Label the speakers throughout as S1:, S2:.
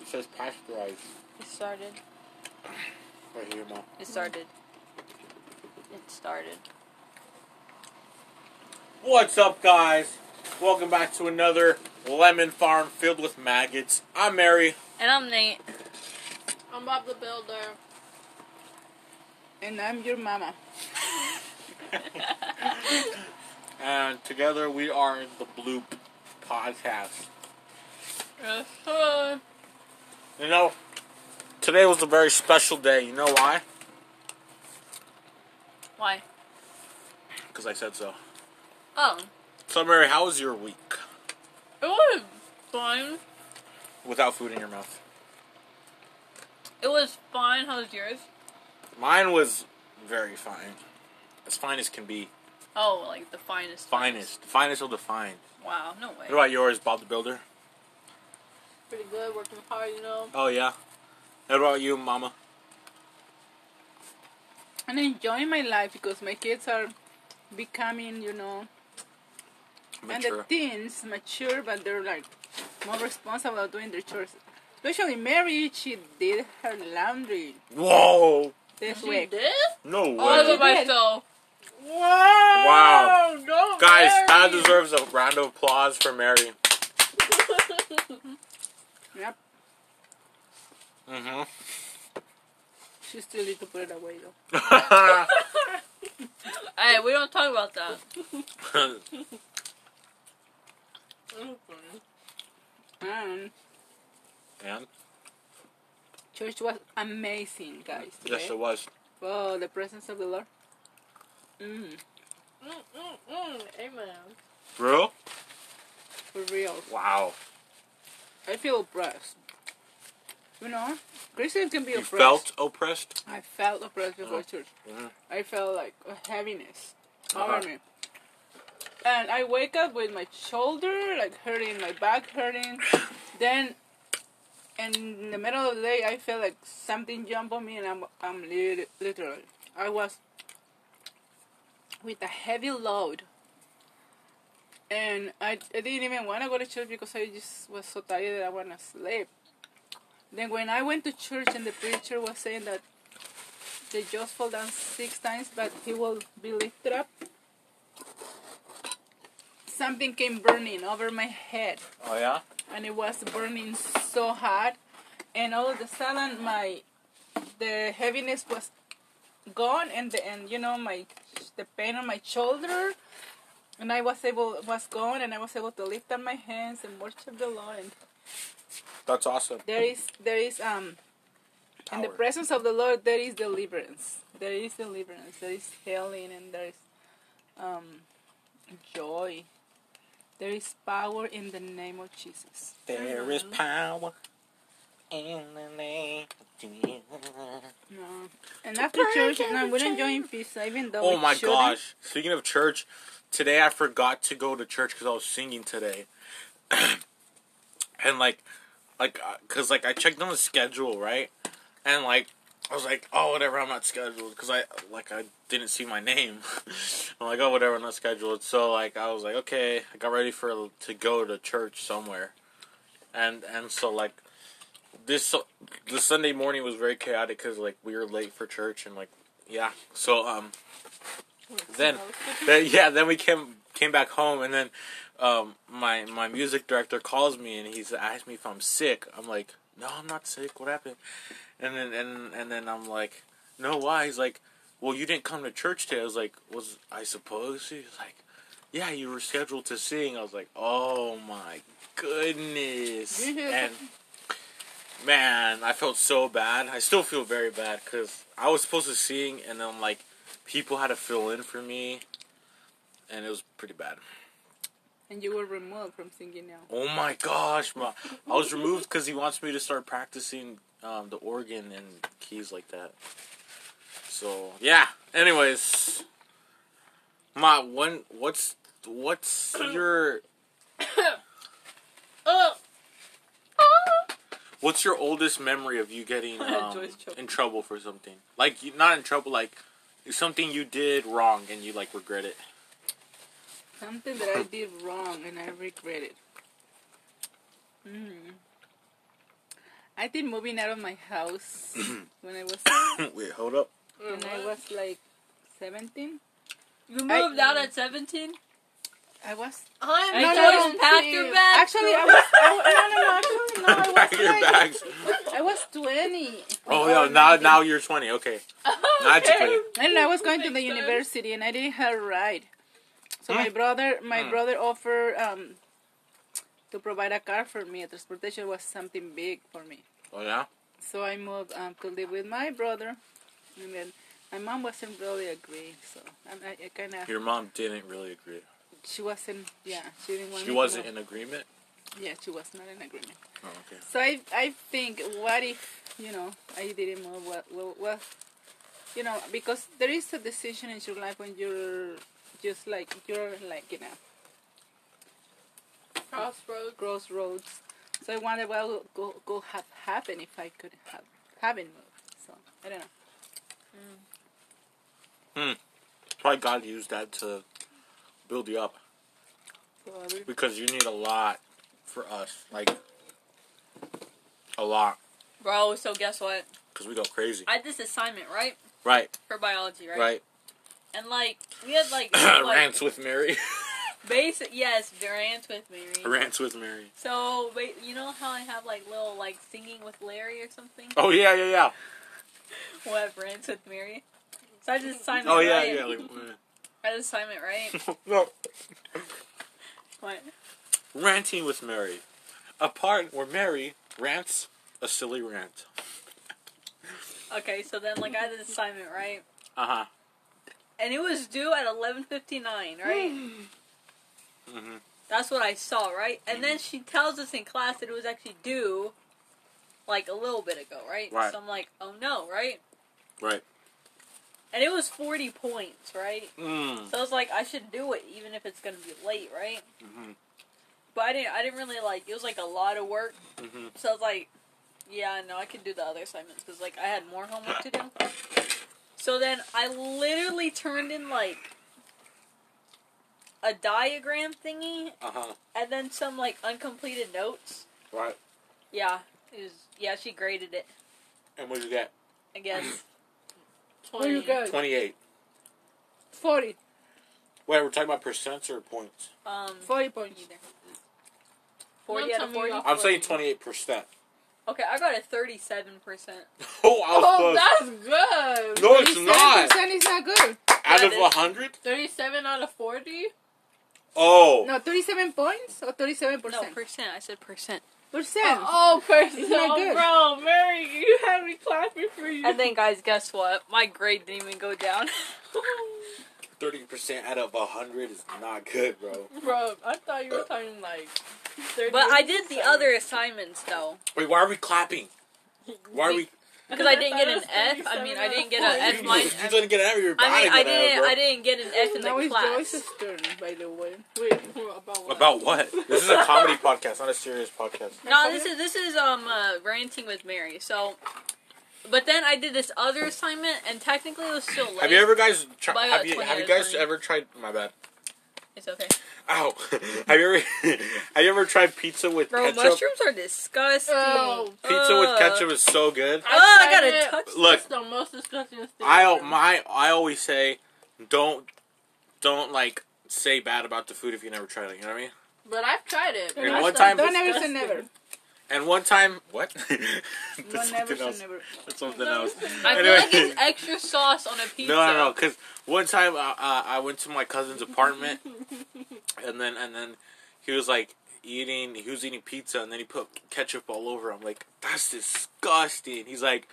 S1: It says pasteurized
S2: It started.
S1: right here, Mom.
S2: It started. It started.
S1: What's up, guys? Welcome back to another Lemon Farm filled with maggots. I'm Mary.
S2: And I'm Nate.
S3: I'm Bob the Builder.
S4: And I'm your mama.
S1: And together we are the Bloop Podcast.
S3: Yes, sir.
S1: You know, today was a very special day. You know why?
S2: Why?
S1: Because I said so.
S2: Oh,
S1: So, Mary, how was your week
S3: It was fun.
S1: without food in your mouth?
S3: It was fun. How was yours?
S1: Mine was very fine. As fine as can be.
S3: Oh, like the finest.
S1: Finest. Finest of the fine.
S3: Wow, no way.
S1: What about yours, Bob the Builder?
S3: Pretty good, working hard, you know.
S1: Oh, yeah. What about you, Mama?
S4: And enjoying my life because my kids are becoming, you know, and the
S1: Mature.
S4: teens mature, but they're like more responsible of doing their chores. Especially Mary, she did her laundry
S1: Whoa!
S4: this
S3: You
S4: week.
S3: did?
S1: No way.
S3: All
S4: you
S3: of
S4: did.
S3: myself.
S1: Wow.
S3: No
S1: Guys,
S3: way.
S1: that deserves a round of applause for Mary.
S4: Yep.
S1: Mm-hmm.
S4: She still need to put it away though.
S2: hey, we don't talk about that.
S4: And
S1: and
S4: church was amazing, guys.
S1: yes,
S4: okay?
S1: it was.
S4: Oh, the presence of the Lord. Mm,
S3: Mm, mm, mm. Amen.
S1: Bro?
S4: for real.
S1: Wow.
S4: I feel oppressed. You know, Christians can be
S1: You
S4: oppressed.
S1: felt oppressed?
S4: I felt oppressed before
S1: Oh.
S4: church.
S1: Mhm.
S4: I felt like a heaviness
S1: Uh-huh.
S4: over me. And I wake up with my shoulder like hurting, my back hurting. then, in the middle of the day, I feel like something jump on me, and I'm I'm lit- literally I was with a heavy load. And I, I didn't even want to go to church because I just was so tired that I want to sleep. Then when I went to church and the preacher was saying that they just fall down six times, but he will be lifted up. Something came burning over my head,
S1: Oh, yeah?
S4: and it was burning so hard, and all of a sudden my the heaviness was gone, and the and you know my the pain on my shoulder, and I was able was gone, and I was able to lift up my hands and worship the Lord. And
S1: That's awesome.
S4: there is there is um in the
S1: Power.
S4: presence of the Lord there is deliverance. There is deliverance. There is healing and there is um joy. There is power in the name of Jesus.
S1: There is power in the name of Jesus.
S4: No. And after church, no, we're enjoying pizza, even though
S1: Oh
S4: we
S1: my
S4: shouldn't.
S1: gosh. Speaking of church, today I forgot to go to church because I was singing today. and like, like, uh, cause like I checked on the schedule, right? And like, I was like, oh, whatever, I'm not scheduled. Because I, like, I didn't see my name. I'm like, oh, whatever, I'm not scheduled. So like, I was like, okay, I got ready for, to go to church somewhere. And, and so like, this, the Sunday morning was very chaotic because like we were late for church and like, yeah. So, um, then, then yeah, then we came came back home, and then um, my my music director calls me and he's asked me if I'm sick. I'm like, no, I'm not sick. What happened? And then and and then I'm like, no, why? He's like, well, you didn't come to church today. I was like, was I supposed to? He's like, yeah, you were scheduled to sing. I was like, oh my goodness, and. Man, I felt so bad. I still feel very bad because I was supposed to sing, and then like people had to fill in for me, and it was pretty bad.
S4: And you were removed from singing now.
S1: Oh my gosh, my I was removed because he wants me to start practicing um, the organ and keys like that. So yeah. Anyways, my one, what's what's your
S3: Oh,
S1: what's your oldest memory of you getting um,
S4: Joy's trouble.
S1: in trouble for something? Like you, not in trouble, like something you did wrong and you like regret it.
S4: Something that I did wrong and I regret it. Mm. I I think moving out of my house when I was
S1: Wait, hold up.
S4: when I was like seventeen.
S2: You moved out at 17?
S4: I was
S3: I'm
S4: No,
S2: I
S4: no,
S2: told
S4: no,
S2: you packed your bags.
S4: actually I was I, no no no actually no I Oh,
S1: Pack
S4: was
S1: your
S4: like,
S1: bags.
S4: I was twenty.
S1: Oh yeah, now now you're 20. Okay, now you're 20.
S4: And I was going to the
S3: Makes sense.
S4: university, and I didn't have a ride. So my
S1: Hmm.
S4: brother, my
S1: Hmm.
S4: brother offered um, to provide a car for me. Transportation was something big for me.
S1: Oh yeah.
S4: So I moved um, to live with my brother, and then my mom wasn't really agree. So I, I, I kind of
S1: Your mom didn't really agree.
S4: she wasn't yeah she didn't want
S1: She
S4: me
S1: wasn't
S4: to
S1: in agreement.
S4: move. yeah she was not in agreement.
S1: Oh okay.
S4: So I I think what if you know I didn't move well well, well you know because there is a decision in your life when you're just like you're like you know
S3: Crossroads.
S4: crossroads. So I wonder what would go go have happened if I could have haven't moved. So I don't know.
S1: Probably God used that to build you up
S4: Probably.
S1: because you need a lot for us, like a lot,
S2: Bro, so guess what?
S1: because we go crazy.
S2: I had this assignment, right?
S1: Right,
S2: For biology, right?
S1: right.
S2: And like, we had like, like
S1: Rants with Mary.
S2: basic, yes, rants with Mary.
S1: Rants with Mary.
S2: So, wait, you know how I have like little like singing with Larry or something?
S1: Oh yeah, yeah, yeah.
S2: We'll have rants with Mary. So I had this assignment,
S1: Oh yeah,
S2: right?
S1: yeah. Like,
S2: I had this assignment, right?
S1: no,
S2: what?
S1: ranting with Mary. A part where Mary rants a silly rant.
S2: Okay, so then like I had this assignment, right?
S1: Uh huh.
S2: And it was due at 11:59, right?
S1: Mhm.
S2: That's what I saw, right? And then she tells us in class that it was actually due like a little bit ago, right?
S1: Right.
S2: So I'm like, "Oh no," right?
S1: Right.
S2: And it was 40 points, right?
S1: Mm.
S2: So I was like, "I should do it even if it's going to be late, right?"
S1: Mhm.
S2: But I didn't I didn't really like it was like a lot of work.
S1: Mhm.
S2: So I was like, yeah, no, I could do the other assignments because like I had more homework to do. So then I literally turned in like a diagram thingy
S1: Uh huh.
S2: and then some like uncompleted notes.
S1: Right.
S2: Yeah, it was yeah she graded it.
S1: And what did you get?
S2: I guess
S4: Where you go?
S1: Twenty-eight.
S4: Forty.
S1: Wait, we're talking about percents or points?
S2: um
S4: Forty points.
S2: either forty
S3: Don't
S2: out of
S3: tell me
S2: forty.
S3: you
S1: I'm saying twenty-eight percent.
S2: Okay, I got a thirty-seven percent.
S1: Oh, I was
S3: Oh,
S1: close.
S3: that's good.
S1: No, it's not.
S4: percent is not good.
S1: Out
S2: Yeah,
S1: of
S2: it is.
S1: hundred?
S3: Thirty-seven out of forty.
S1: Oh.
S4: No, thirty-seven points or
S2: No
S4: thirty-seven percent.
S2: percent. I said percent.
S4: Percent.
S3: Oh, person.
S4: It's not good.
S3: bro, Mary, you had me clapping for you.
S2: And then guys, guess what? My grade didn't even go down.
S1: Thirty percent out of hundred is not good, bro.
S3: bro, I thought you were talking like. 30
S2: But I did the other assignments though.
S1: Wait, why are we clapping? Why are we?
S2: Because I didn't
S3: thought
S2: get
S3: it
S2: an
S3: was
S2: F. I mean, I
S3: 37
S2: didn't get an F
S1: you,
S2: minus.
S1: you didn't get an F. You're
S2: I mean,
S1: bound to
S2: I
S1: get an F,
S2: didn't.
S1: bro.
S2: I didn't get an F in
S4: Now
S2: the
S4: it's
S2: class.
S4: Joyce's turn, by the way.
S3: Wait, who- about what?
S1: About what? This is a comedy podcast, not a serious podcast.
S2: No, this is this is um uh, ranting with Mary. So, but then I did this other assignment, and technically it was still late.
S1: Have you ever guys?
S2: But I
S1: Tri-
S2: got
S1: have you
S2: 20
S1: have you
S2: out of
S1: guys
S2: 20.
S1: ever tried? My bad.
S2: It's okay,
S1: Ow. have you ever? have you ever tried pizza with
S2: bro.
S1: ketchup?
S2: Mushrooms are disgusting.
S3: Oh,
S1: Pizza with
S2: Ugh.
S1: ketchup is so good.
S2: Oh, I
S3: tried
S2: gotta
S3: it.
S2: touch.
S1: Look,
S3: That's the most disgusting thing.
S1: I my I always say, don't don't like say bad about the food if you never tried it. You know what I mean?
S3: But I've tried it.
S1: And
S3: That's
S1: one
S3: the-
S1: time-
S4: Don't ever say
S3: disgusting.
S4: never.
S1: And one time, what?
S4: Don't
S1: That's
S4: ever
S1: something
S4: say
S1: else.
S4: never.
S1: That's something else.
S2: I feel
S1: Anyway.
S2: like it's extra sauce on a pizza.
S1: No, no, no. Because one time uh, uh, I went to my cousin's apartment, and then and then he was like eating. He was eating pizza, and then he put ketchup all over. I'm like, that's disgusting. He's like,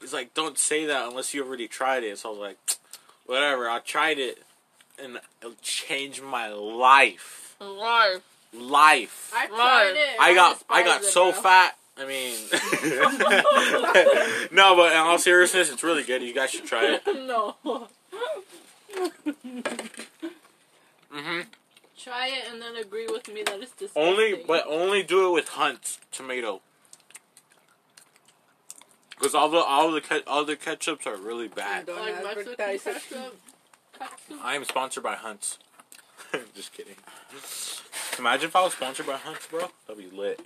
S1: he's like, don't say that unless you already tried it. So I was like, whatever. I tried it, and it changed my life.
S3: Life.
S1: Life.
S3: I tried it.
S1: I got I
S3: despised
S1: got
S3: it,
S1: so
S3: bro.
S1: fat. I mean, no, but in all seriousness, it's really good. You guys should try it.
S3: no.
S1: hmm
S3: Try it and then agree with me that it's disgusting.
S1: Only, but only do it with Hunt's tomato. Because all the all the ke- all the ketchups are really bad.
S4: Don't
S3: like Mexican
S4: advertise it.
S3: ketchup. Ketchup.
S1: I am sponsored by Hunt's. Just kidding. Imagine if I was sponsored by Hunt's, bro. That'd be lit.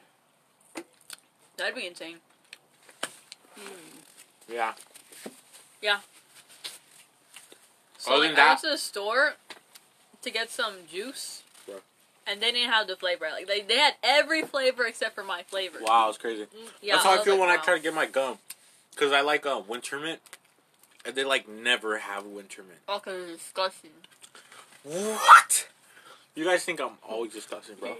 S2: That'd be insane.
S1: Yeah.
S2: So
S1: Other
S2: like,
S1: than
S2: I
S1: that-
S2: went to the store to get some juice,
S1: Yeah.
S2: and they didn't have the flavor. Like they, they had every flavor except for my flavor.
S1: Wow, it's crazy.
S2: Mm, Yeah,
S1: That's how I
S2: was
S1: feel
S2: like,
S1: when I
S2: wow.
S1: try to get my gum, because I like uh, winter mint, and they like never have winter mint.
S2: Fucking disgusting.
S1: What? You guys think I'm always disgusting, bro?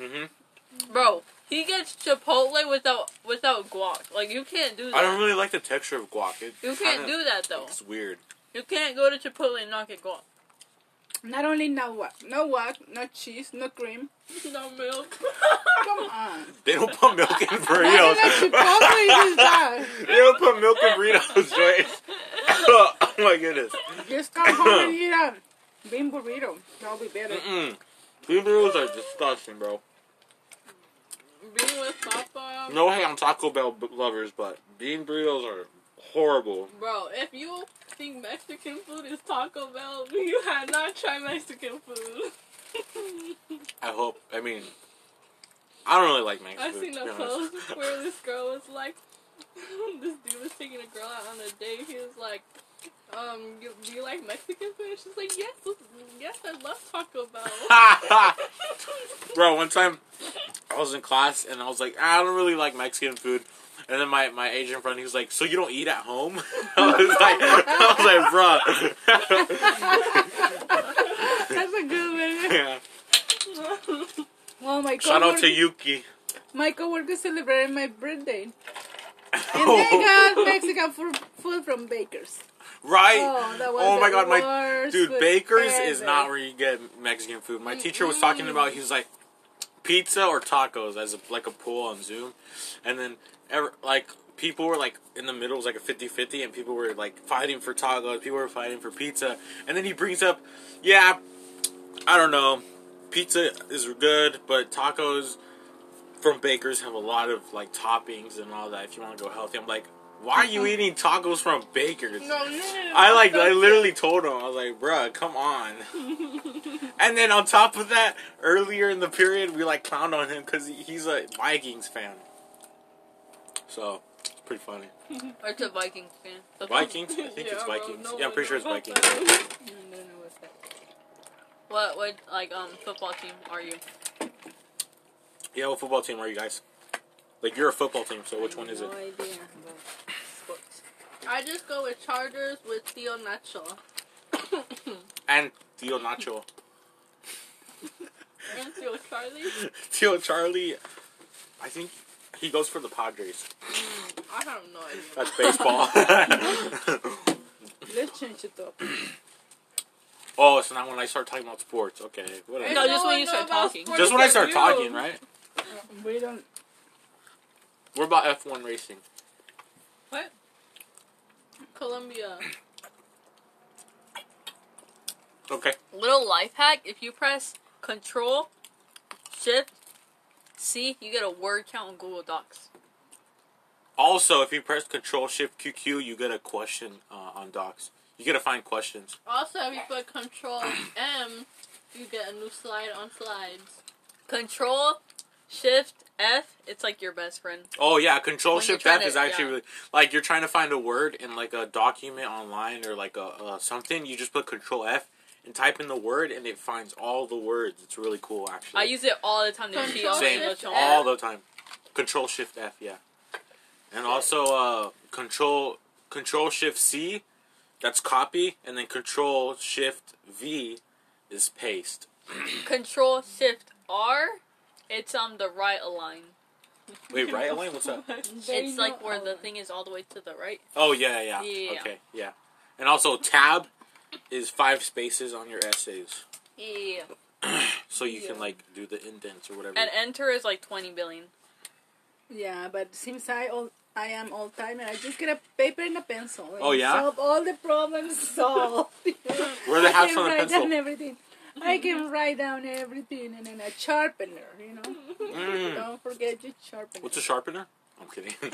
S1: Mm-hmm.
S2: Bro, he gets Chipotle without without guac. Like you can't do that.
S1: I don't really like the texture of guac. It
S2: you can't
S1: kinda-
S2: do that though.
S1: It's weird.
S2: You can't go to Chipotle and not get guac.
S4: Not only no what, no what, no cheese, no cream.
S2: No milk.
S4: Come on.
S1: They don't put milk in
S4: Not
S1: burritos.
S4: enough Chipotle is that.
S1: they don't put milk in burritos, Joyce. oh my goodness.
S4: Just come home and eat a bean burrito. That'll be better.
S1: Mm-mm. These burritos are disgusting, bro.
S2: Being with Papa.
S1: No hate on Taco Bell b- lovers, but bean burritos are horrible.
S2: Bro, if you think Mexican food is Taco Bell, you had not tried Mexican food.
S1: I hope. I mean, I don't really like Mexican
S2: I
S1: food.
S2: seen
S1: to
S2: a
S1: be
S2: post
S1: honest.
S2: where this girl was like, this dude was taking a girl out on a date. He was like, um, you, do you like Mexican food? And she's like, yes, yes, I love Taco Bell.
S1: Bro, one time I was in class and I was like, "Ah, I don't really like Mexican food. And then my, my Asian friend, he was like, so you don't eat at home? I was like, I was like, bro.
S4: That's a good one.
S1: yeah.
S4: Well, my
S1: Shout out
S4: coworker-
S1: to Yuki.
S4: My coworker celebrated my birthday, and they got Mexican food, food from Baker's.
S1: right?
S4: Oh, that was
S1: Oh my
S4: the
S1: God, my-
S4: worst
S1: Dude,
S4: food
S1: Baker's is
S4: ever.
S1: not where you get Mexican food. My teacher was talking about he was like pizza or tacos as a, like a pool on Zoom, and then ever, like people were like in the middle it was like a 50-50 and people were like fighting for tacos, people were fighting for pizza, and then he brings up, yeah, I don't know, pizza is good, but tacos from Baker's have a lot of like toppings and all that. If you want to go healthy, I'm like. Why are you eating tacos from Baker's?
S2: no, no, no, no.
S1: I like I literally told him I was like, "Bruh, come on." and then on top of that, earlier in the period, we like clowned on him because he's a Vikings fan. So it's pretty funny.
S2: It's a Vikings fan. The
S1: Vikings? I think it's
S2: bro,
S1: Vikings.
S2: no
S1: Yeah, I'm
S2: one
S1: pretty sure it's
S2: knows
S1: Vikings.
S2: that.
S4: I don't know what's that.
S2: What what like um football team are you?
S1: Yeah, what football team are you guys? Like you're a football team, so which one is it?
S4: No idea. but sports.
S2: I just go with Chargers with Theo Nacho.
S1: And Theo Nacho,
S2: And Theo Charlie.
S1: Theo Charlie. I think he goes for the Padres.
S2: I have no idea.
S1: That's baseball.
S4: Let's change it up.
S1: oh, so now when I start talking about sports, okay, whatever.
S2: No, just when you
S5: know
S2: start
S5: about
S2: talking.
S5: sports
S1: Just when I
S5: like
S1: start
S5: you.
S1: talking, right?
S4: We don't.
S1: What about F one racing?
S2: Columbia.
S1: Okay.
S2: Little life hack: if you press Control Shift C, you get a word count in Google Docs.
S1: Also, if you press Control Shift QQ, you get a question uh, on Docs. You get to find questions.
S2: Also, if you put Control M, you get a new slide on slides. Control Shift F, it's like your best friend.
S1: Oh yeah, Control
S2: When you're
S1: Shift F
S2: trying
S1: is
S2: to-
S1: actually
S2: yeah.
S1: really, like you're trying to find a word in like a document online or like a uh, something. You just put Control F and type in the word, and it finds all the words. It's really cool, actually.
S2: I use it all the time to cheat on
S1: Same.
S2: my
S1: It's
S2: channel.
S1: all the time. Control Shift F, yeah. And also uh, Control Control Shift C, that's copy, and then Control Shift V is paste.
S2: Control Shift R, it's um the right align.
S1: Wait, right, Elaine? What's up?
S4: There
S2: It's
S4: you
S2: like
S4: go.
S2: where the thing is all the way to the right.
S1: Oh yeah, yeah,
S2: Yeah.
S1: Okay, yeah. And also tab is five spaces on your essays,
S2: Yeah.
S1: so you can
S4: Yeah.
S1: like do the indents or whatever.
S2: And enter is like twenty billion.
S4: Yeah, but since I all I am all timer, I just get a paper and a pencil. And
S1: Oh, yeah?
S4: Solve all the problems solved.
S1: Where the
S4: I
S1: house
S4: can
S1: on the
S4: write down
S1: pencil?
S4: everything. I can write down everything and then a sharpener, you know.
S1: Mm.
S4: Don't forget your sharpener.
S1: What's a sharpener? I'm kidding.
S3: Bro,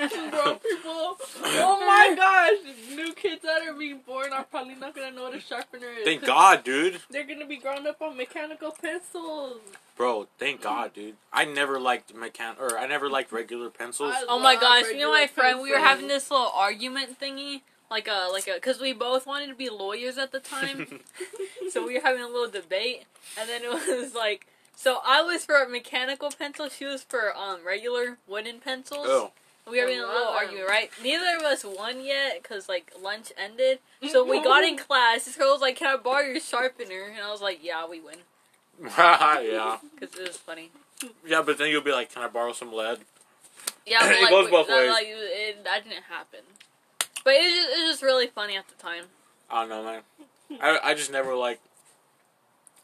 S3: people. Oh my gosh, new kids that are being born are probably not gonna know what a sharpener is.
S1: thank
S3: 'cause
S1: God, dude.
S3: They're gonna be grown up on mechanical pencils.
S1: Bro, thank God, dude. I never liked mechan or I never liked regular pencils.
S3: I-
S2: Oh my
S3: Love
S2: gosh, you know my
S3: regular
S2: friend, we were
S3: pencils.
S2: having this little argument thingy. Like a like a cause we both wanted to be lawyers at the time. so we were having a little debate and then it was like so I was for a mechanical pencil, she was for um regular wooden pencils.
S1: oh,
S2: We were having a
S3: Wow.
S2: little argument, right? Neither of us won yet because like lunch ended. So we got in class. This girl was like, "Can I borrow your sharpener?" And I was like, "Yeah, we win,"
S1: yeah,
S2: because it was funny.
S1: yeah. But then you'll be like, "Can I borrow some lead?"
S2: Yeah, but,
S1: It
S2: like,
S1: goes
S2: we-
S1: both
S2: that,
S1: ways.
S2: like, it, that didn't happen. But it was, just, it was just really funny at the time.
S1: I don't know, man. I I just never like.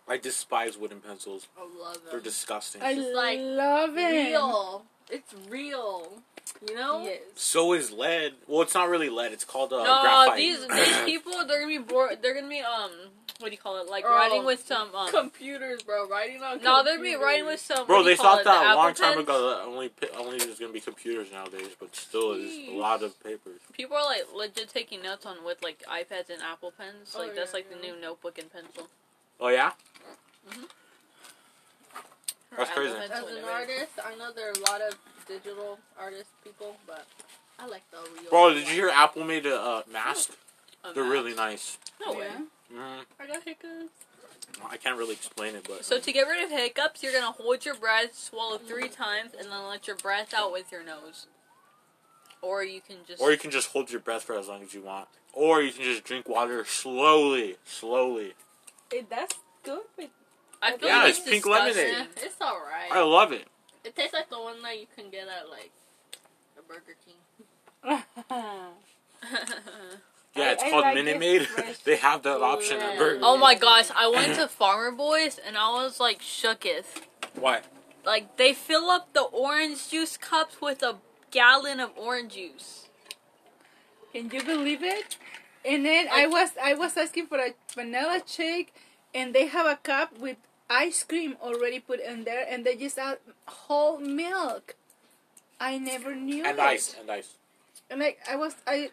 S1: I despise wooden pencils.
S3: I love them.
S1: They're disgusting.
S4: I
S3: just like
S4: love it.
S3: real. It's real. You know.
S4: Yes.
S1: So is lead. Well, it's not really lead. It's called uh,
S2: no,
S1: graphite.
S2: these these people they're gonna be bored. They're gonna be um, what do you call it? Like
S3: Oh,
S2: riding with some um.
S3: Computers, bro. Writing on.
S2: no, they're gonna be
S3: computers.
S2: riding with some.
S1: Bro,
S2: what do
S1: they
S2: you call
S1: thought
S2: it,
S1: that
S2: the
S1: a long
S2: Apple
S1: time
S2: Pens?
S1: ago that only pi- only there's gonna be computers nowadays, but still, there's a
S3: Jeez.
S1: lot of papers.
S2: People are like legit taking notes on with like iPads and Apple pens.
S3: Oh,
S2: Like that's
S3: yeah,
S2: like the
S3: yeah.
S2: new notebook and pencil.
S1: Oh yeah,
S2: Or
S1: That's
S2: Apple
S1: crazy.
S2: Pencil,
S3: As an
S2: whatever.
S3: artist, I know there are a lot of digital artist people, but I like the real.
S1: bro, did you hear Apple made a uh, mask?
S2: Um,
S1: They're really nice.
S2: No way.
S4: Yeah.
S1: Mm,
S3: I got hiccups.
S1: I can't really explain it, but
S2: So to get rid of hiccups, you're gonna hold your breath, swallow three times, and then let your breath out with your nose. Or you can just.
S1: or you can just hold your breath for as long as you want, or you can just drink water slowly, slowly.
S4: It, that's good, but
S2: I feel
S1: Yeah,
S2: like
S1: it's
S2: it's
S1: pink
S2: disgusting.
S1: lemonade.
S3: it's alright.
S1: I love it.
S3: It tastes like the one that you can get at like the Burger King.
S1: Yeah,
S4: I-
S1: it's
S4: I
S1: called
S4: like
S1: Minute
S4: it
S1: Maid.
S4: fresh.
S1: they have that option at
S3: Yeah.
S1: Burger.
S2: oh my gosh, I went to Farmer Boys and I was like shooketh.
S1: Why?
S2: Like they fill up the orange juice cups with a gallon of orange juice.
S4: Can you believe it? And then I was I was asking for a vanilla shake, and they have a cup with ice cream already put in there, and they just add whole milk. I never knew.
S1: And
S4: it.
S1: ice, and ice.
S4: And like I was I,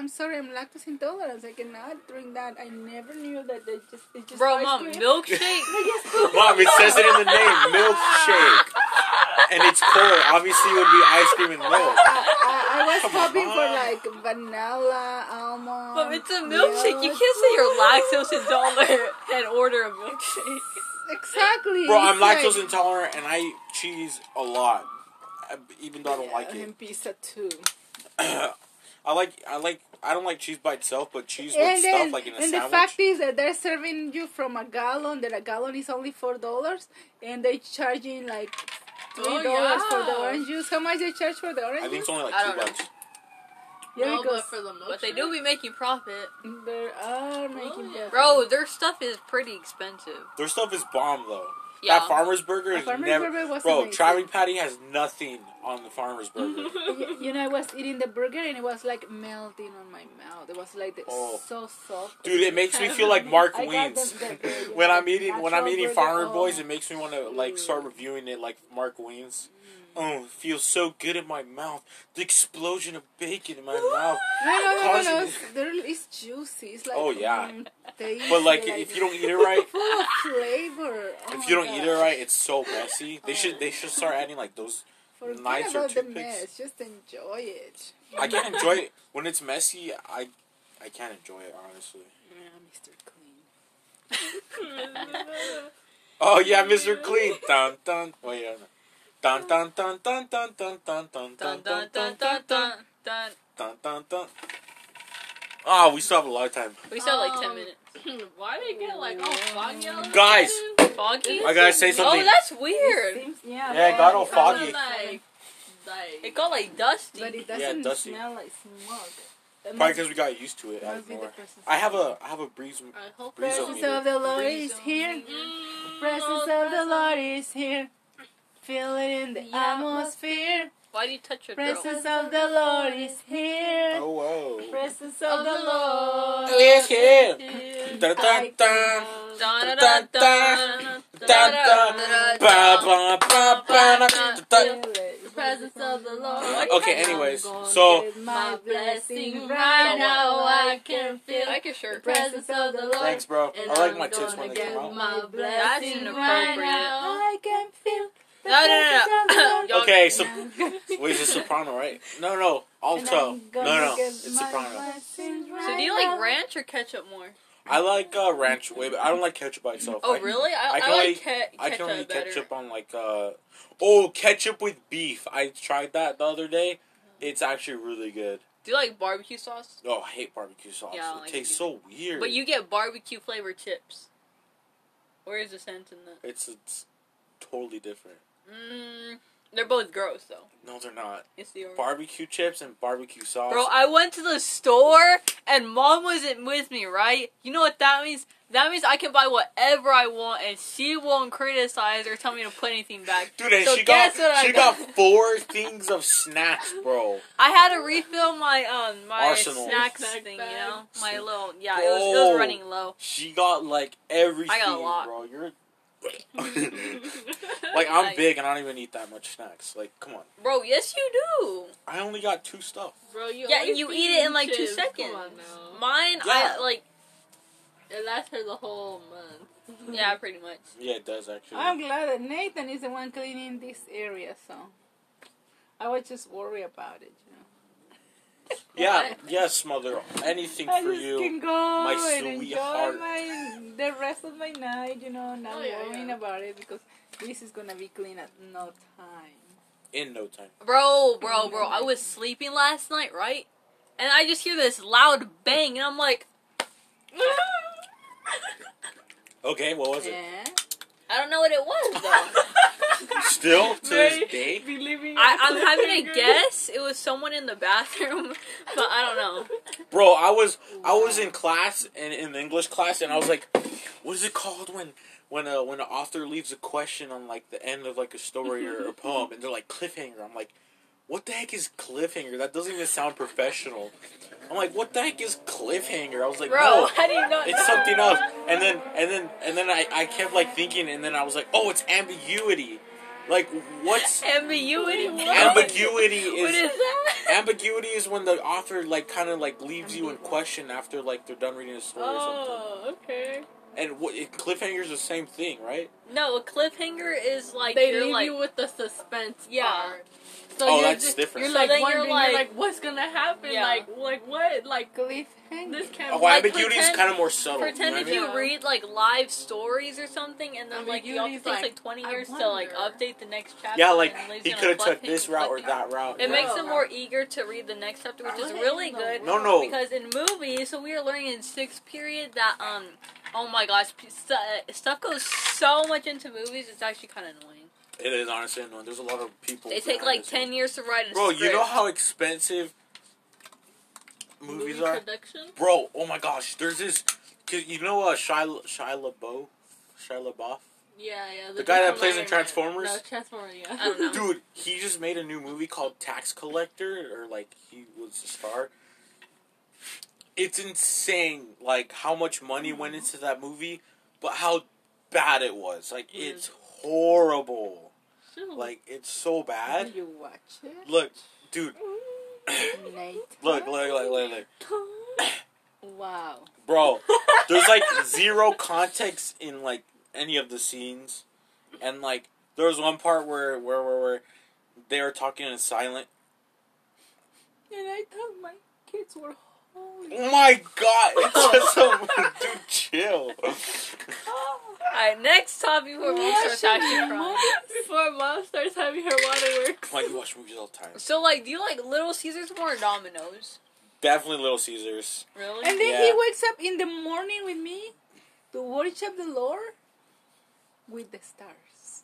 S4: I'm sorry, I'm lactose intolerant. I cannot drink that. I never knew that they just they just
S2: Bro,
S4: ice
S2: mom,
S4: cream.
S2: milkshake.
S4: They just put-
S1: Mom, it says it in the name, milkshake, and it's cold. Obviously, it would be ice cream and milk.
S4: I, I was
S1: Come
S4: hoping for
S1: on.
S4: like vanilla almond.
S2: But it's a milkshake. You
S4: milk.
S2: can't say you're lactose intolerant and order a milkshake.
S4: exactly.
S1: Bro, I'm
S4: It's like-
S1: lactose intolerant and I eat cheese a lot, I- even though I don't like
S4: Yeah,
S1: it.
S4: And pizza too.
S1: I like I like I don't like cheese by itself, but cheese with
S4: and
S1: stuff
S4: then,
S1: like in a
S4: and the
S1: sandwich.
S4: fact is that they're serving you from a gallon that a gallon is only four dollars and they charging like three
S2: Oh,
S4: dollars for the
S3: yeah.
S4: orange juice how much they charge for the orange
S1: I think
S4: juice
S1: it's only
S2: I
S1: like
S2: don't
S1: two
S2: know.
S1: bucks.
S4: yeah
S3: no, but
S4: because
S3: for the milkshake.
S2: But they do be making profit.
S4: they are making
S3: Really?
S4: profit.
S2: Oh, Bro, their stuff is pretty expensive.
S1: Their stuff is bomb though.
S2: Yeah.
S1: That farmer's burger
S4: The
S1: is
S4: Farmer's
S1: never.
S4: Burger was
S1: bro,
S4: amazing.
S1: Traveling Patty has nothing on the farmer's burger.
S4: Y- you know I was eating the burger and it was like melting on my mouth it was like the,
S1: Oh.
S4: so soft
S1: Dude, it makes me feel like Mark
S4: I got
S1: Weens.
S4: them- the- the-
S1: when I'm eating when I'm
S4: natural
S1: eating
S4: burger,
S1: Farmer
S4: oh
S1: Boys,
S4: my-
S1: it makes me want to like start reviewing it like Mark
S4: Mm.
S1: Weens. Oh, it feels so good in my mouth. The explosion of bacon in my mouth.
S4: no no no no, no
S1: Causes-
S4: it's- they're- it's juicy it's like
S1: Oh, yeah.
S4: mm,
S1: But like,
S4: tasty,
S1: if you don't eat it right,
S4: full of flavor Oh
S1: if
S4: my
S1: you don't eat it
S4: gosh.
S1: right, it's so messy. They should they should start adding like those.
S4: Forget
S1: Knives or
S4: about the
S1: toothpicks?
S4: mess. Just enjoy it.
S1: I can't enjoy it when it's messy. I I can't enjoy it honestly.
S4: Mr. Clean.
S1: Oh yeah, Mr. Clean. Dun dun. Wait, no. Dun dun dun dun dun dun dun dun
S2: Dun dun dun dun dun dun.
S1: dun dun dun. Ah, we still have a lot of time.
S2: We still have like ten
S3: Um,
S2: minutes.
S3: Why they get like all foggy? all of
S1: Guys.
S3: a sudden?
S2: Foggy.
S1: I gotta say
S2: Oh,
S1: something.
S2: that's weird.
S4: yeah,
S1: Yeah, it got all
S4: but-
S1: foggy.
S3: Kinda Like, like
S2: It got like dusty.
S4: But it
S1: Yeah,
S4: doesn't
S1: dusty.
S4: smell like smoke. That
S1: Probably
S4: must-
S1: because we got used to it.
S4: must be the
S1: More.
S4: person's-
S1: I have a I have a breeze.
S3: I hope
S1: Breeze
S3: it's-
S1: on
S4: Presence of the Lord is here. Presence of the Lord is here. Feel it in the
S3: Yeah.
S4: atmosphere.
S2: Why do you touch your throat?
S4: Presence of the Lord is here.
S1: Oh whoa.
S4: Presence of the Lord.
S1: Yes, yeah. Dun dun dun.
S2: Dun,
S1: Dun,
S2: dun,
S1: dun.
S2: dun, dun,
S1: Dun, dun.
S2: dun, dun,
S1: Ba, ba, ba, ba, da, da, da.
S4: Feel it.
S2: presence of the Lord.
S1: Okay, anyways, so-
S2: My blessing right now I can feel
S3: like a shirt.
S2: the presence of the Lord.
S1: Thanks, bro.
S2: And
S1: I like
S2: I'm
S1: my tits
S2: gonna
S1: when they come
S2: give
S1: out.
S2: My
S3: That's
S2: blessing right
S3: inappropriate.
S2: now.
S4: I can feel. the
S2: No, no, no, no.
S4: presence of the Lord.
S1: Okay, so wait, is it soprano, right? No, no, alto.
S4: And I'm
S1: No,
S4: gonna
S1: no,
S4: give
S1: it's
S4: my
S1: soprano.
S4: blessings
S2: So
S4: right
S2: do you like
S4: now.
S2: ranch or ketchup more?
S1: I like uh, ranch way, but I don't like ketchup by itself.
S2: Oh
S1: I-
S2: really? I,
S1: I
S2: I,
S1: can only-
S2: like ke- ketchup
S1: I can only eat
S2: better.
S1: ketchup on like uh oh ketchup with beef. I tried that the other day. It's actually really good.
S2: Do you like barbecue sauce?
S1: Oh, I hate barbecue sauce.
S2: Yeah, I don't
S1: it
S2: like
S1: tastes
S2: it
S1: so weird.
S2: But you get barbecue flavored chips. Where is the sense in that?
S1: it's, it's totally different.
S2: Mm, they're both gross though.
S1: No, they're not.
S2: It's the orange.
S1: Barbecue chips and barbecue sauce.
S2: Bro, I went to the store and mom wasn't with me, right? You know what that means? That means I can buy whatever I want and she won't criticize or tell me to put anything back.
S1: Dude, and
S2: so
S1: she got
S2: guess
S1: she
S2: what I
S1: got
S2: got?
S1: four things of snacks, bro.
S2: I had to refill my um my
S1: Arsenal.
S2: snacks
S3: Snack
S2: thing,
S3: bag.
S2: you know? My
S1: Snack-
S2: little yeah, it was it
S1: Bro.
S2: was running low.
S1: She got like everything,
S2: lot.
S1: bro. You're like I'm big and I don't even eat that much snacks. Like, come on.
S2: Bro, yes you do.
S1: I only got two stuff.
S3: Bro, you
S2: yeah,
S3: always
S2: you
S3: think
S2: eat it in like two
S3: inches.
S2: seconds.
S3: Come on now.
S2: Mine
S1: Yeah.
S2: I like
S3: It lasts her the whole month.
S2: yeah, pretty much.
S1: Yeah, it does actually.
S4: I'm glad that Nathan is the one cleaning this area, so I would just worry about it. You know?
S1: Yeah, yes, mother. Anything
S4: I
S1: for
S4: just can
S1: you.
S4: go
S1: my
S4: and enjoy
S1: sweetheart.
S4: my the rest of my night, you know, not
S3: Oh, yeah,
S4: worrying
S3: yeah.
S4: about it because this is gonna be clean at no time.
S1: In no time.
S2: Bro, bro, bro, I was sleeping last night, right? And I just hear this loud bang and I'm like
S1: Okay, what was it?
S4: Yeah.
S2: I don't know what it was though.
S1: Still to
S4: Very-
S1: this day.
S4: Believing
S2: I, I'm having a guess. It was someone in the bathroom, but I don't know.
S1: Bro, I was I was in class in, in English class and I was like, what is it called when when a when an author leaves a question on like the end of like a story or a poem and they're like cliffhanger. I'm like, what the heck is cliffhanger? That doesn't even sound professional. I'm like, what the heck is cliffhanger? I was like,
S2: Bro,
S1: no.
S2: how do you not know?
S1: It's something else. And then and then and then I, I kept like thinking and then I was like, oh, it's ambiguity. Like what's
S2: ambiguity. What?
S1: ambiguity
S2: What
S1: is
S2: is that?
S1: ambiguity is when the author like kind of like leaves you in question after like they're done reading a story
S3: oh, okay.
S1: or something. And what cliffhanger is the same thing, right?
S2: no, a cliffhanger is like
S3: they
S2: you're
S3: leave
S2: like
S3: you with the suspense
S2: Yeah.
S3: part. So
S1: Oh,
S3: you're
S1: that's
S3: just,
S1: different.
S3: You're
S2: So
S3: like
S2: then you're
S3: wondering, you're like,
S2: like-
S3: what's gonna happen?
S2: Yeah.
S3: Like, like what? Like
S4: cliffhanger.
S3: this can't.
S1: Oh,
S3: like,
S1: ambiguity is
S2: pretend-
S1: kind of more subtle. you know
S2: pretend
S1: what I
S2: if
S1: mean?
S2: you
S3: mean?
S2: read like live stories or something, and then like the author
S4: Ambiguity's
S2: takes
S4: like,
S2: like 20
S4: I
S2: years to like
S4: wonder.
S2: update the next chapter.
S1: yeah, like
S2: and leaves
S1: he
S2: you on a
S1: could have took
S2: cliffhanger,
S1: this route or
S2: cliffhanger.
S1: that route.
S2: It
S1: yeah.
S2: makes them more eager to read the next chapter, which is
S3: What
S2: really
S3: in the
S2: good.
S1: No, no.
S2: Because in movies, so we were learning in sixth period that um, oh my gosh, p- stu- uh, stuff goes so much into movies. It's actually kind of annoying.
S1: It is honestly annoying. There's a lot of people.
S2: They take
S1: behind
S2: like
S1: this.
S2: ten years to write a
S1: Bro,
S2: script.
S1: you know how expensive movies
S3: movie
S1: are.
S3: production.
S1: Bro, oh my gosh, there's this. Cause you know uh, Shia Shia LaBeau, Shia LaBeouf.
S3: Yeah, yeah.
S1: The guy that
S3: different
S1: plays in
S3: Iron Man.
S1: Transformers?
S3: No, Transformers. Yeah.
S2: I don't know.
S1: Dude, he just made a new movie called Tax Collector, or like he was a star. It's insane, like how much money went into that movie, but how bad it was. Like it's horrible.
S3: Shoot.
S1: Like it's so bad.
S4: Did you watch it?
S1: Look, dude,
S4: Nathan?
S1: look, look, look, look, look,
S4: Wow.
S1: bro. There's like zero context in like any of the scenes, and like there was one part where where where, where they were talking in silent.
S4: And I thought my kids were holy.
S1: Oh my god, it's just a dude chill.
S4: Ah,
S2: All right, next topic before mom
S4: Why
S2: starts
S4: should
S2: actually
S4: you
S2: crying.
S4: want-
S3: Before mom starts having her waterworks.
S1: Why do you watch movies all the time?
S2: So like, do you like Little Caesars more or Domino's?
S1: Definitely Little Caesars.
S2: Really?
S4: And then
S1: Yeah.
S4: he wakes up in the morning with me to worship the Lord with the stars.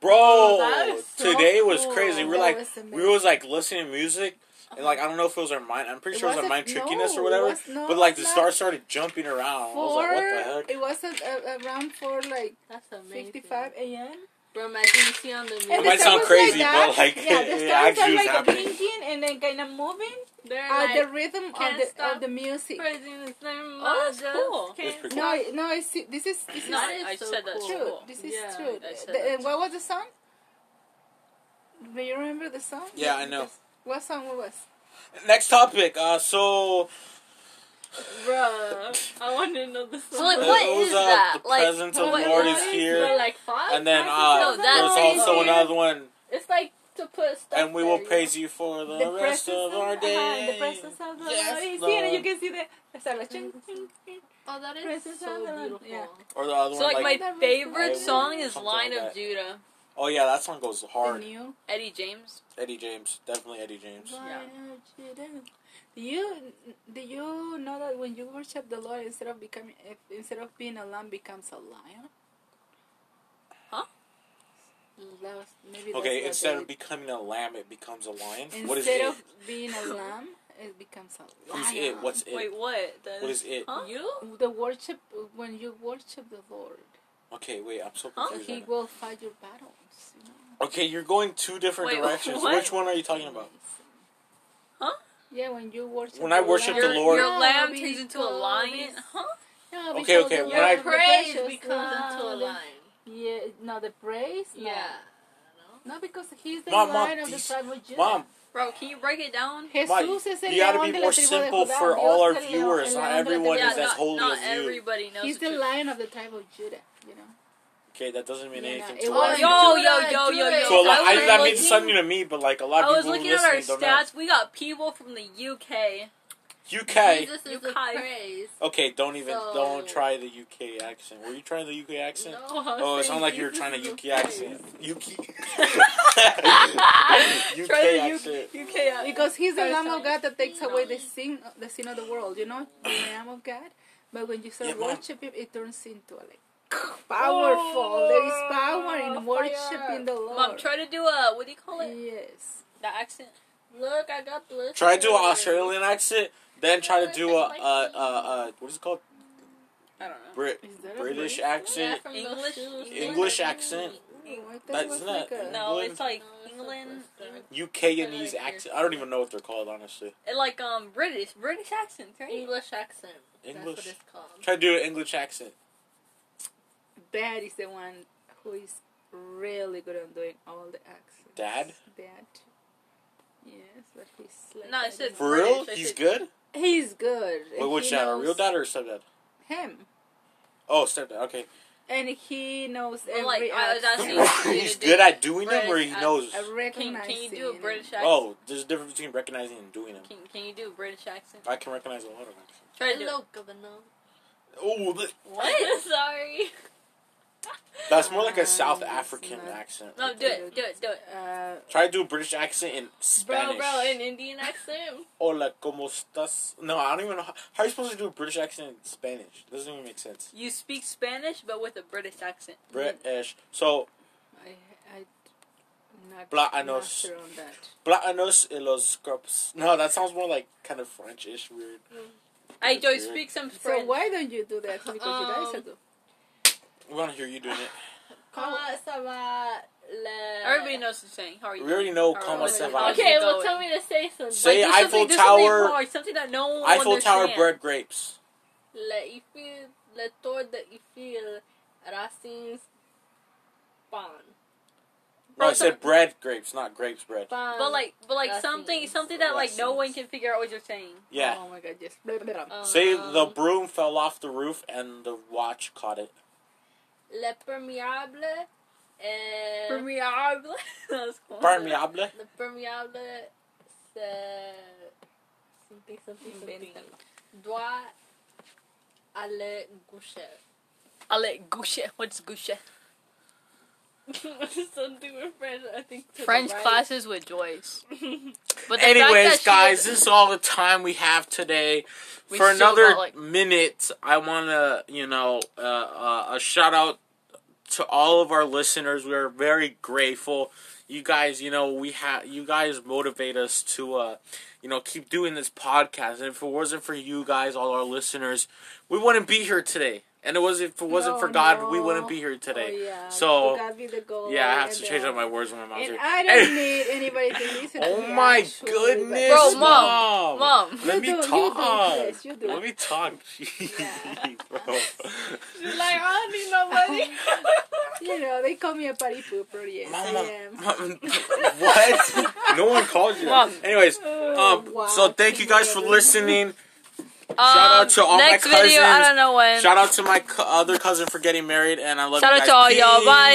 S1: Bro,
S3: Oh, that is so
S1: today was
S3: cool.
S1: crazy. We were
S4: That
S1: like,
S4: was
S1: we was like listening to music, and like I don't know if it was our mind. I'm pretty
S4: It
S1: sure it was our
S4: wasn't-
S1: mind tricking us
S4: no,
S1: or
S4: it
S1: whatever.
S4: was- no,
S1: but like
S4: it's
S1: the
S4: not.
S1: stars started jumping around. I was
S4: Four.
S1: like, what the heck?
S4: It was at, uh, around four, like
S3: That's amazing.
S4: fifty-five a.m.
S3: Bro, imagine you see on the
S4: And
S1: It
S4: the
S1: might
S3: movie.
S1: sound
S4: stars
S1: crazy,
S4: that.
S1: but, like,
S4: yeah,
S1: it
S4: the stars
S1: actually
S4: are
S1: was
S4: like
S1: happening.
S4: blinking and then kind of moving
S3: They're
S4: at
S3: like,
S4: the rhythm of
S3: can't
S4: the
S3: stop
S4: of the music.
S3: praising his name.
S2: Oh, that's
S3: I just
S2: cool.
S3: can't
S1: That's pretty
S4: No, I- no, I see. This is this is
S2: No,
S3: That
S2: I,
S3: is
S2: I
S3: so
S2: said that's
S3: cool.
S4: true.
S2: cool.
S4: This is
S3: Yeah,
S4: true.
S2: I said
S4: The-
S2: that.
S4: what was the song? Do you remember the song?
S1: Yeah, I know.
S4: What song it was?
S1: Next topic. Uh, so
S3: Bruh, I want to know the song.
S2: So like,
S1: Uh,
S2: what
S1: it was,
S2: is
S1: uh,
S2: that?
S1: the
S2: like,
S1: presence of
S2: what-
S1: Lord
S2: what
S1: is here.
S3: We're like five.
S1: and then uh,
S2: No, that
S1: there's
S2: one is
S1: also
S2: here.
S1: another one.
S3: It's like to put stuff.
S1: And we will
S3: there,
S1: praise you for the, rest of
S4: presence
S1: our day.
S4: uh-huh, the presence of the
S1: Yes,
S4: Lord is here, and
S1: Lord.
S4: you can see the. It's like, ching, ching, ching.
S3: Oh, that is
S4: Presence
S3: so
S4: of the Lord,
S3: beautiful.
S4: yeah.
S1: Or the other
S2: So
S1: one,
S2: like,
S1: like,
S2: my
S3: Never
S2: favorite
S1: said.
S2: song is
S1: Something
S2: "Line
S1: like
S2: of
S1: that.
S2: Judah."
S1: oh yeah, that song goes
S4: The
S1: hard.
S4: new.
S2: Eddie James.
S1: Eddie James, definitely Eddie James.
S2: Yeah.
S4: Do you do you know that when you worship the Lord, instead of becoming if- instead of being a lamb, becomes a lion?
S2: Huh?
S4: That was, maybe that's
S1: Okay,
S4: what
S1: instead of
S4: they-
S1: becoming a lamb, it becomes a lion.
S4: instead
S1: what is it?
S4: of being a lamb, it becomes a lion.
S1: Who's it? What's it?
S2: Wait, what? The-
S1: what is it?
S2: Huh?
S3: You?
S4: the worship when you worship the Lord,
S1: Okay, wait, I'm so
S2: Huh?
S1: confused.
S4: He
S1: right
S4: will fight your battles. You know?
S1: now. Okay, you're going two different
S2: Wait,
S1: directions.
S2: what?
S1: Which one are you talking about?
S2: Huh?
S4: Yeah, when you worship.
S1: When I worship
S2: Your,
S1: the Lord.
S2: your
S4: Yeah,
S2: lamb
S4: we
S2: turns into a
S4: call
S2: lion,
S4: this-
S2: huh?
S4: Yeah,
S1: Okay,
S4: because
S1: okay,
S4: the
S1: when
S4: Lord
S1: I-
S4: is
S3: Your
S4: the
S3: praise
S4: precious
S3: becomes into a
S4: Lamb.
S3: line.
S4: Yeah, no, the praise. no.
S3: Yeah.
S4: No, because he's the
S1: Mom, mom,
S4: lion of the
S1: these-
S4: tribe of Judah.
S1: Mom,
S2: Bro, can you break it down?
S4: Jesús es el
S1: you gotta
S4: león
S1: be
S4: de la
S1: more
S4: tribu de
S1: simple
S4: Judá,
S1: for
S4: Dios
S1: all our
S4: el león-
S1: viewers, not
S4: el león de la
S1: everyone
S4: tribu
S1: is
S4: de
S1: as
S2: not,
S4: Judá.
S1: holy as
S2: not
S1: you.
S2: everybody knows.
S4: He's
S2: the
S4: the
S2: truth.
S4: lion of the tribe of Judah, you know.
S1: okay, that doesn't mean
S4: Yeah,
S1: anything to
S4: it
S3: Oh,
S4: was-
S1: us.
S2: Yo,
S1: So
S2: yo, yo, yo,
S1: a
S2: yo.
S1: lot,
S2: I
S1: I,
S2: was
S1: that means
S2: looking-
S1: something to me, but like a lot
S2: I
S1: of
S2: was
S1: people who
S2: looking at our
S1: listen don't know.
S2: stats. We got people from the UK.
S1: UK.
S3: Jesus
S2: You
S3: is the
S2: kite.
S3: praise.
S1: Okay, don't even
S3: So-
S1: don't try the UK accent. Were you trying the UK accent?
S3: No, I was
S1: Oh, it
S3: saying
S1: sounded like you were
S3: Jesus
S1: trying
S3: is
S1: to UK
S3: the praise.
S1: accent. UK. UK
S2: Try the U-
S1: accent.
S2: UK.
S4: Because he's the
S2: Sorry,
S4: Lamb
S2: sorry.
S4: of God that takes away the sin, the sin of the world, you know, the Lamb of God. But when you start
S1: Yeah, Mom.
S4: worship Him, it turns into like powerful. There is power in worshiping the Lord.
S2: Oh, Mom, try to do a what do you call it?
S4: yes.
S2: The accent.
S3: Look, I got the.
S1: Try to do an Australian accent, then try to do a, a, a, a what is it called?
S2: I don't know.
S1: Brit,
S4: Is that a
S1: British
S4: Brit?
S1: accent.
S2: English-
S1: English accent.
S4: Ooh, I thought it
S1: That's
S4: was
S1: not-
S4: like a-
S2: No,
S1: England?
S2: it's like
S3: No, it's
S2: England,
S3: like Western.
S1: UKanese accent. I don't even know what they're called, honestly.
S2: and like um British, British accent, right?
S3: English accent. That's
S1: English.
S3: what it's called.
S1: Try to do an English accent.
S4: Dad is the one who is really good on doing all the accents.
S1: Dad?
S4: Dad. Yes, but he's like.
S2: No, it's just-
S1: For real?
S2: British, I
S1: He's
S2: said-
S1: good?
S4: He's good.
S1: Wait, which
S4: He
S1: dad? A real
S4: knows
S1: dad or a stepdad?
S4: Him.
S1: Oh, stepdad. Okay.
S4: And he knows
S2: Well, like, uh,
S4: every
S2: I was
S4: accent.
S2: asking- you to
S1: He's
S2: do
S1: good at doing them
S2: British
S1: or he
S2: ac-
S1: knows?
S4: I
S2: Can,
S4: recognize
S2: can you do a
S4: it.
S2: British accent?
S1: Oh, there's a difference between recognizing and doing them.
S2: Can, can you do a British accent?
S1: I can recognize a lot of them.
S2: Try to do. it.
S3: Hello, governor.
S1: Oh, th-
S2: What? Sorry.
S1: that's more like a
S4: Um,
S1: South
S4: it's
S1: African
S4: not-
S1: accent.
S2: No, do it, do it, do it.
S4: Uh,
S1: Try to do a British accent in
S3: Bro,
S1: Spanish.
S3: bro, an Indian accent.
S1: Hola, ¿cómo estás? No, I don't even know. How, how are you supposed to do a British accent in Spanish? doesn't even make sense.
S2: You speak Spanish, but with a British accent.
S1: British. So,
S4: I, I, not
S1: Plátanos.
S4: master on that.
S1: plátanos y los scrubs. No, that sounds more like kind of French-ish, weird.
S2: Hey, Joey,
S1: That's weird.
S2: speak some
S4: So
S2: French.
S4: why don't you do that? Because you guys
S3: Um,
S4: are do.
S1: We want to hear you doing it.
S3: Comment ça va? Le...
S2: Everybody knows what I'm saying. How are you?
S1: We already know
S2: How are
S1: comment
S2: you?
S1: ça va.
S3: Okay, well,
S2: Going.
S3: tell me to say something.
S1: Oh, Say
S2: do
S1: Eiffel
S2: something- do something
S1: Tower-
S2: hard, something that no one
S1: Eiffel Tower
S2: understands.
S1: bread grapes.
S3: Le Eiffel, le tour de Eiffel, Racines, Bon.
S1: No,
S2: Bro,
S1: I said bread grapes, not grapes bread.
S3: Bon.
S2: But like, but like
S3: That
S2: something,
S3: seems-
S2: something that like
S1: that
S2: no one
S1: seems-
S2: can figure out what you're saying.
S1: Yeah.
S4: Oh my god, yes. Blah, blah, blah.
S3: um,
S1: Say the broom fell off the roof and the watch caught it.
S3: Le permeable. Eh,
S2: Permeable. that was cool.
S1: Permeable.
S3: le permeable. Se. Something, something, something.
S4: Invéntalo.
S3: Doit aller coucher.
S2: I'll let Gouche. What's Gouche?
S3: something with French, I think. to the
S2: French
S3: right.
S2: classes with Joyce. But the fact that
S1: Anyways,
S2: she
S1: guys,
S2: is-
S1: this is all the time we have today.
S2: We
S1: For
S2: still
S1: another
S2: got, like-
S1: minute, I want to, you know, uh, uh, a shout out to all of our listeners. We are very grateful. You guys, you know, we have you guys motivate us to, uh, you know, keep doing this podcast. And if it wasn't for you guys, all our listeners, we wouldn't be here today. And it was if it wasn't
S4: No,
S1: for God, we
S4: no.
S1: wouldn't be here today.
S4: Oh, yeah.
S1: So,
S4: To God be the goal.
S1: Yeah, I have
S4: and
S1: to
S4: the-
S1: change up my words when my mouth's
S4: And
S1: here.
S4: I don't need anybody to listen. to
S1: Oh
S4: me,
S1: my
S4: actually, but-
S1: goodness,
S2: Bro,
S1: mom,
S2: mom, Mom.
S1: Let
S4: You
S1: me
S4: do, you do,
S1: talk.
S4: Chris, you do.
S1: Let me talk. Jeez, bro.
S3: She's like, I don't need nobody.
S4: Yeah, don't know. They call me a party pooper. Yes, I
S1: Mama,
S4: am.
S1: mama- what? No one called you. that.
S2: Mom.
S1: Anyways,
S4: Oh,
S1: um,
S4: wow.
S1: so thank you guys for listening.
S2: Shout
S1: out to all my
S2: Um, Next video, I
S1: cousins.
S2: don't know when.
S1: Shout out to my co- other cousin for getting married, and I love
S2: Shout
S1: you
S2: out
S1: guys.
S2: to all y'all.
S1: Peace.
S2: Bye.